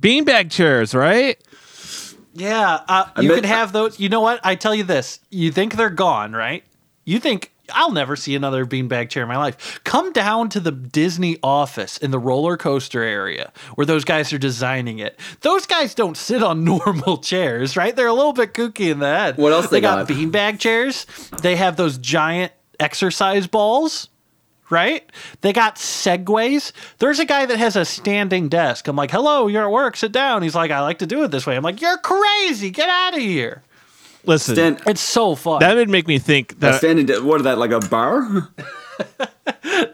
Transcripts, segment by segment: beanbag chairs, right? Yeah, uh, you could have those. You know what? I tell you this: you think they're gone, right? You think I'll never see another beanbag chair in my life. Come down to the Disney office in the roller coaster area where those guys are designing it. Those guys don't sit on normal chairs, right? They're a little bit kooky in the head. What else they got? got? Beanbag chairs. They have those giant exercise balls. Right? They got segways. There's a guy that has a standing desk. I'm like, hello, you're at work, sit down. He's like, I like to do it this way. I'm like, you're crazy, get out of here. Listen, Stand, It's so fun. that would make me think that standing. de- What is that? Like a bar?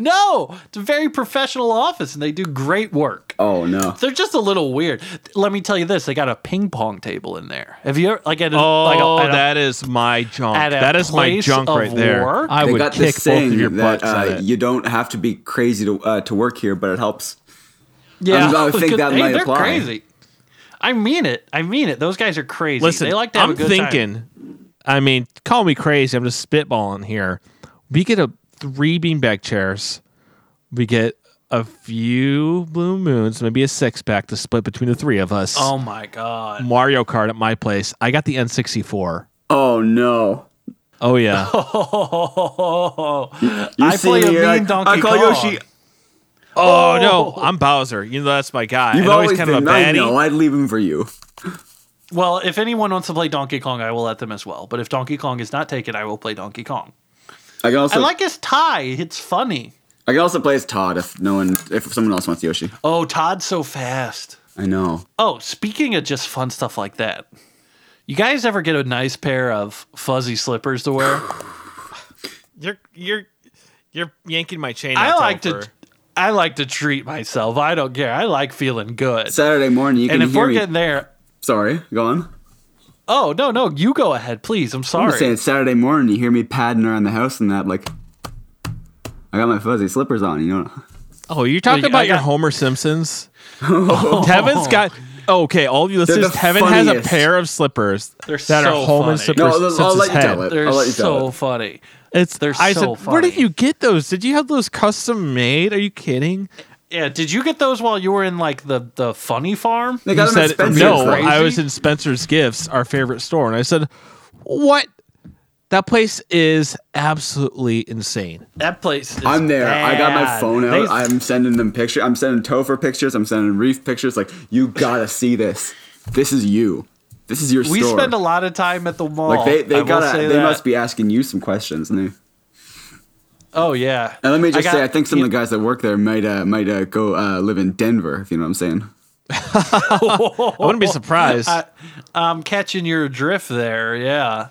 No, it's a very professional office and they do great work. Oh no. They're just a little weird. Let me tell you this: they got a ping pong table in there. Have you ever like at a, Oh, like a, at a- that is my junk. at a That is my place junk of right there. work? I They would got kick this both of saying your that butts on uh, it. you don't have to be crazy to uh, to work here, but it helps. yeah, I would think that Hey, might they're apply. Crazy. I mean it. I mean it. Those guys are crazy. Listen, they like to have I'm a good time. thinking. I mean, call me crazy. I'm just spitballing here. We get a three beanbag chairs. We get a few blue moons, maybe a six pack to split between the three of us. Oh my god! Mario Kart at my place. I got the N64. Oh no. Oh yeah. Oh. You I see play me, a you're mean like, Donkey I call Kong. Yoshi. oh no, I'm Bowser. You know that's my guy. You've and always always kind of a been. I know. baddie. I'd leave him for you. Well, if anyone wants to play Donkey Kong, I will let them as well. But if Donkey Kong is not taken, I will play Donkey Kong. I can also I like his tie. It's funny. I can also play as Todd if no one if someone else wants Yoshi. Oh, Todd's so fast. I know. Oh, speaking of just fun stuff like that, you guys ever get a nice pair of fuzzy slippers to wear? You're you're you're yanking my chain. I out, like Topher. to. I like to treat myself. I don't care. I like feeling good. Saturday morning, you and can if hear we're me. getting there, Sorry, go on. oh no, no, you go ahead, please. I'm I'm sorry. just saying, it's Saturday morning, you hear me padding around the house and that, like, I got my fuzzy slippers on, you know. Oh, you're talking Like, about I your got- Homer Simpsons? Tevin's got. Okay, all of you listeners, the Tevin has a funniest. pair of slippers They're that are so Homer funny. No, Simpsons, I'll, I'll Simpsons let you head. tell it. They're I'll let you tell so it. funny. It's They're I so said, Where did funny. you get those? Did you have those custom made? Are you kidding? Yeah. Did you get those while you were in like the the funny farm? They got He them at said, Spencer's. No, though. I was in Spencer's Gifts, our favorite store, and I said, What? That place is absolutely insane. That place. Is I'm there. I got my bad. phone out. They- I'm sending them pictures. I'm sending Topher pictures. I'm sending Reef pictures. Like, you gotta see this. This is you. This is your we store. spend a lot of time at the mall. like they, I they will gotta say they that. must be asking you some questions. And, they, Oh yeah. and let me just got- say, I think some of the guys that work there might uh, might uh, go uh, live in Denver, if you know what I'm saying. I wouldn't be surprised. I, I'm catching your drift there. Yeah.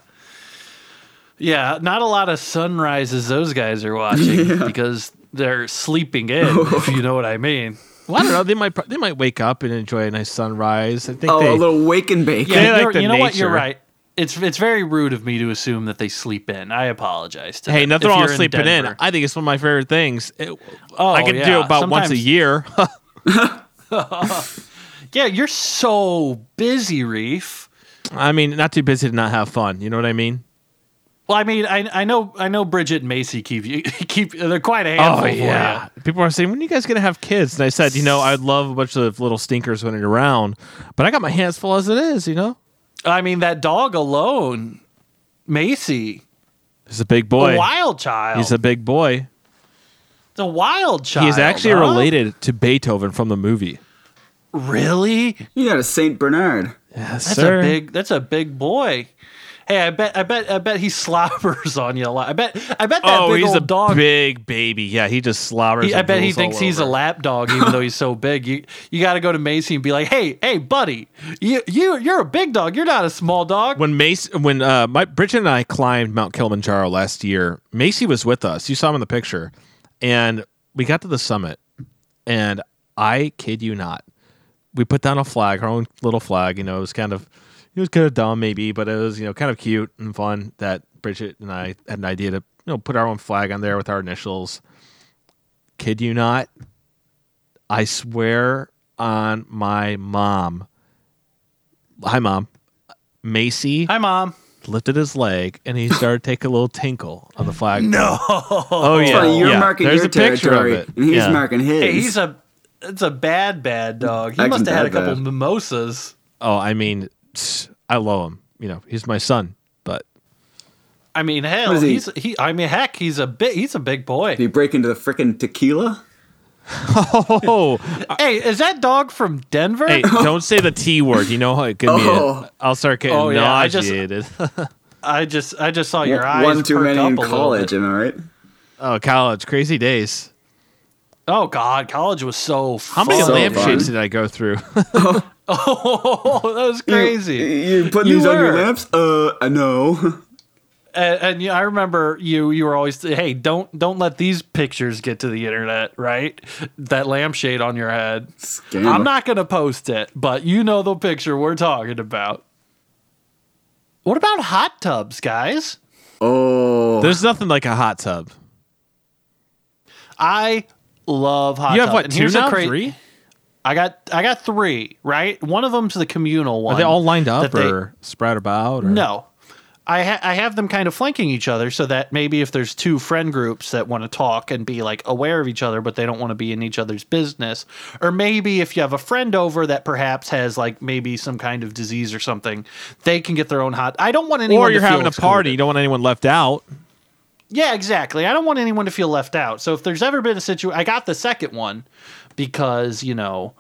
Yeah. Not a lot of sunrises those guys are watching because they're sleeping in, if you know what I mean. well, I don't know. They might pro- they might wake up and enjoy a nice sunrise. I think Oh, they, a little wake and bake. They Yeah. like you're- the you know what? You're nature. right. It's it's very rude of me to assume that they sleep in. I apologize. To Hey, them nothing if wrong you're with sleeping in. Denver. I think it's one of my favorite things. It- Oh, I could do yeah. about once a Sometimes- year. Yeah, you're so busy, Reef. I mean, not too busy to not have fun. You know what I mean? Well, I mean, I I know I know Bridget and Macy keep you keep they're quite a Oh, handful for you. People are saying, when are you guys going to have kids? And I said, you know, I'd love a bunch of little stinkers running around, but I got my hands full as it is, you know? I mean, that dog alone, Macy, He's a big boy. a wild child. He's a big boy. It's a wild child. He is actually huh? related to Beethoven from the movie. Really? You got a Saint Bernard. Yes, That's a big. That's a big boy. Hey, I bet, I bet, I bet he slobbers on you a lot. I bet, I bet that Oh, big he's old a dog. big baby. Yeah, he just slobbers. he- I and bet drools he all thinks he's a over. lap dog, even though he's so big. You, you got to go to Macy and be like, "Hey, hey, buddy, you, you, you're a big dog. You're not a small dog." when Mace, when uh, my Bridget and I climbed Mount Kilimanjaro last year, Macy was with us. You saw him in the picture, and we got to the summit, and I kid you not, we put down a flag, our own little flag. You know, it was kind of, it was kind of dumb maybe, but it was you know kind of cute and fun that Bridget and I had an idea to you know put our own flag on there with our initials. Kid you not, I swear on my mom. Hi, mom. Macy Hi, mom. lifted his leg and he started taking a little tinkle on the flag. No. Oh yeah. Funny, you're yeah. marking There's your a picture of territory, it. and he's Yeah. marking his. Hey, he's a It's a bad, bad dog. He Acting must have had a bad, couple bad. mimosas. Oh, I mean, s- I love him. You know, he's my son, but I mean, hell, What is he? he's he. I mean, heck, he's a big. He's a big boy. Did he break into the freaking tequila? oh, uh, Hey, is that dog from Denver? hey, don't say the T word. You know how it could Oh. be. I'll start getting Oh, yeah, I just- nauseated. I just, I just saw your eyes. One too perk many up in a little college, bit. am I right? oh, college, crazy days. Oh God, college was so. How many fun. So lampshades fun. did I go through? Oh, that was crazy. You, you putting You these on your were. lamps? Uh, I know. and, and you, I remember you you were always hey don't don't let these pictures get to the internet right that lampshade on your head Scandal. I'm not gonna post it but you know the picture we're talking about what about hot tubs guys Oh, There's nothing like a hot tub. I love hot You tub have what? And Two here's a now? cra- Three? I got I got three right one of them's the communal one Are they all lined up that they- or spread about? Or? No. I, ha- I have them kind of flanking each other so that maybe if there's two friend groups that want to talk and be like aware of each other, but they don't want to be in each other's business. Or maybe if you have a friend over that perhaps has like maybe some kind of disease or something, they can get their own hot. I don't want anyone Or you're to feel having a party. You excluded. don't want anyone left out. Yeah, exactly. I don't want anyone to feel left out. So if there's ever been a situation, I got the second one because, you know,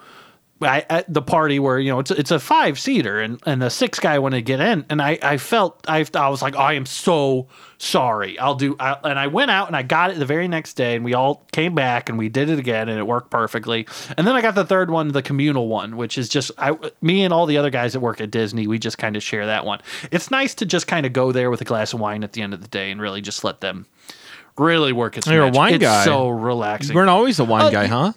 I, at the party where you know it's it's a five seater and and the sixth guy wanted to get in and I I felt I I was like I am so sorry I'll do I, and I went out and I got it the very next day and we all came back and we did it again and it worked perfectly and then I got the third one the communal one which is just I me and all the other guys that work at Disney we just kind of share that one it's nice to just kind of go there with a glass of wine at the end of the day and really just let them really work its You're a magic. wine it's guy. so relaxing You weren't always a wine Uh, guy, huh?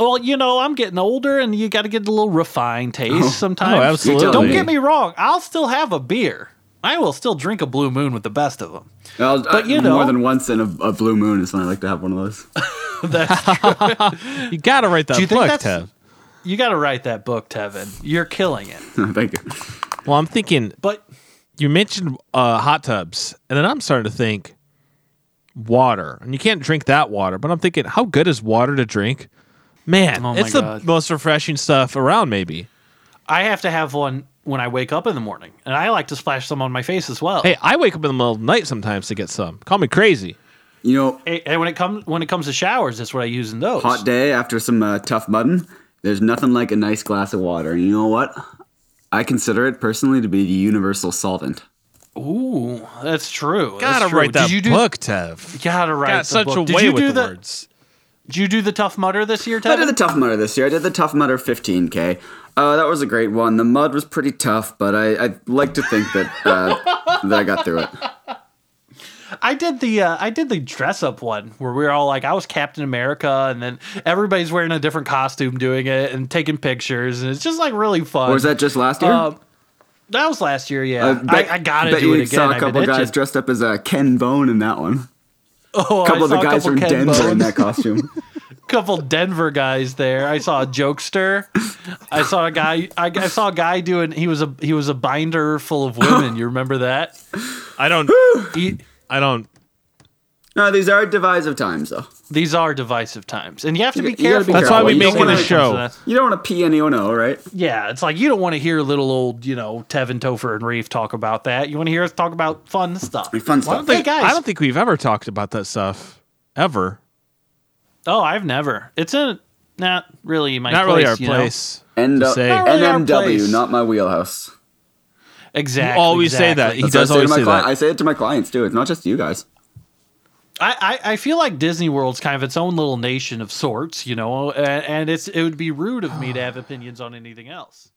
well, you know, I'm getting older and you got to get a little refined taste sometimes. Oh, absolutely. You're Don't telling get me wrong. I'll still have a beer. I will still drink a Blue Moon with the best of them. I'll, but you I- know- more than once in a, a blue moon is when I like to have one of those. You got to write that you think book, that's- Tev. You got to write that book, Tevin. You're killing it. Thank you. Well, I'm thinking But you mentioned uh, hot tubs, and then I'm starting to think water, and you can't drink that water. But I'm thinking, how good is water to drink? Man, Oh my it's the God. most refreshing stuff around. Maybe. I have to have one when I wake up in the morning, and I like to splash some on my face as well. Hey, I wake up in the middle of the night sometimes to get some. Call me crazy. You know, Hey, and when it comes when it comes to showers, that's what I use in those. hot day after some uh, tough muddin, there's nothing like a nice glass of water. And you know what? I consider it personally to be the universal solvent. Ooh, that's true. Gotta that's true. write that Did you do, book, Tev. Gotta write the Got such book. a Did way you with do the, the- words. Did you do the Tough Mudder this year, I did Tevin? the Tough Mudder this year. I did the Tough Mudder 15K. Uh, that was a great one. The mud was pretty tough, but I, I like to think that uh, that I got through it. I did the uh, I did the dress up one where we were all like I was Captain America and then everybody's wearing a different costume doing it and taking pictures and it's just like really fun. Or was that just last year? Uh, that was last year, yeah. I, I, gotta Uh, bet do you it again. saw a I've been couple guys itching. dressed up as uh, Ken Bone in that one. Oh, A I couple of the saw guys couple from Ken Denver in Bones, that costume. couple Denver guys there. I saw a jokester. I saw a guy. I, I saw a guy doing. He was a he was a binder full of women. You remember that? I don't. He, I don't. no, these are divisive times, though. these are divisive times, and you have to You be g- you gotta be careful. That's why we You make don't it a wanna- show. You don't want to pee anyone out, right? Yeah, it's like you don't want to hear little old, you know, Tevin Topher and Reef talk about that. You want to hear us talk about fun stuff. Fun stuff. Hey guys, I don't think we've ever talked about that stuff ever. oh, I've never. It's in not really my Not place, really our you know? place. And to uh, say. Not really our place. NMW, not my wheelhouse. Exactly. You always say that. exactly. He does That's what I say to always my say cli- that. I say it to my clients too. It's not just you guys. I, I I feel like Disney World's kind of its own little nation of sorts, you know, and, and it's it would be rude of me to have opinions on anything else.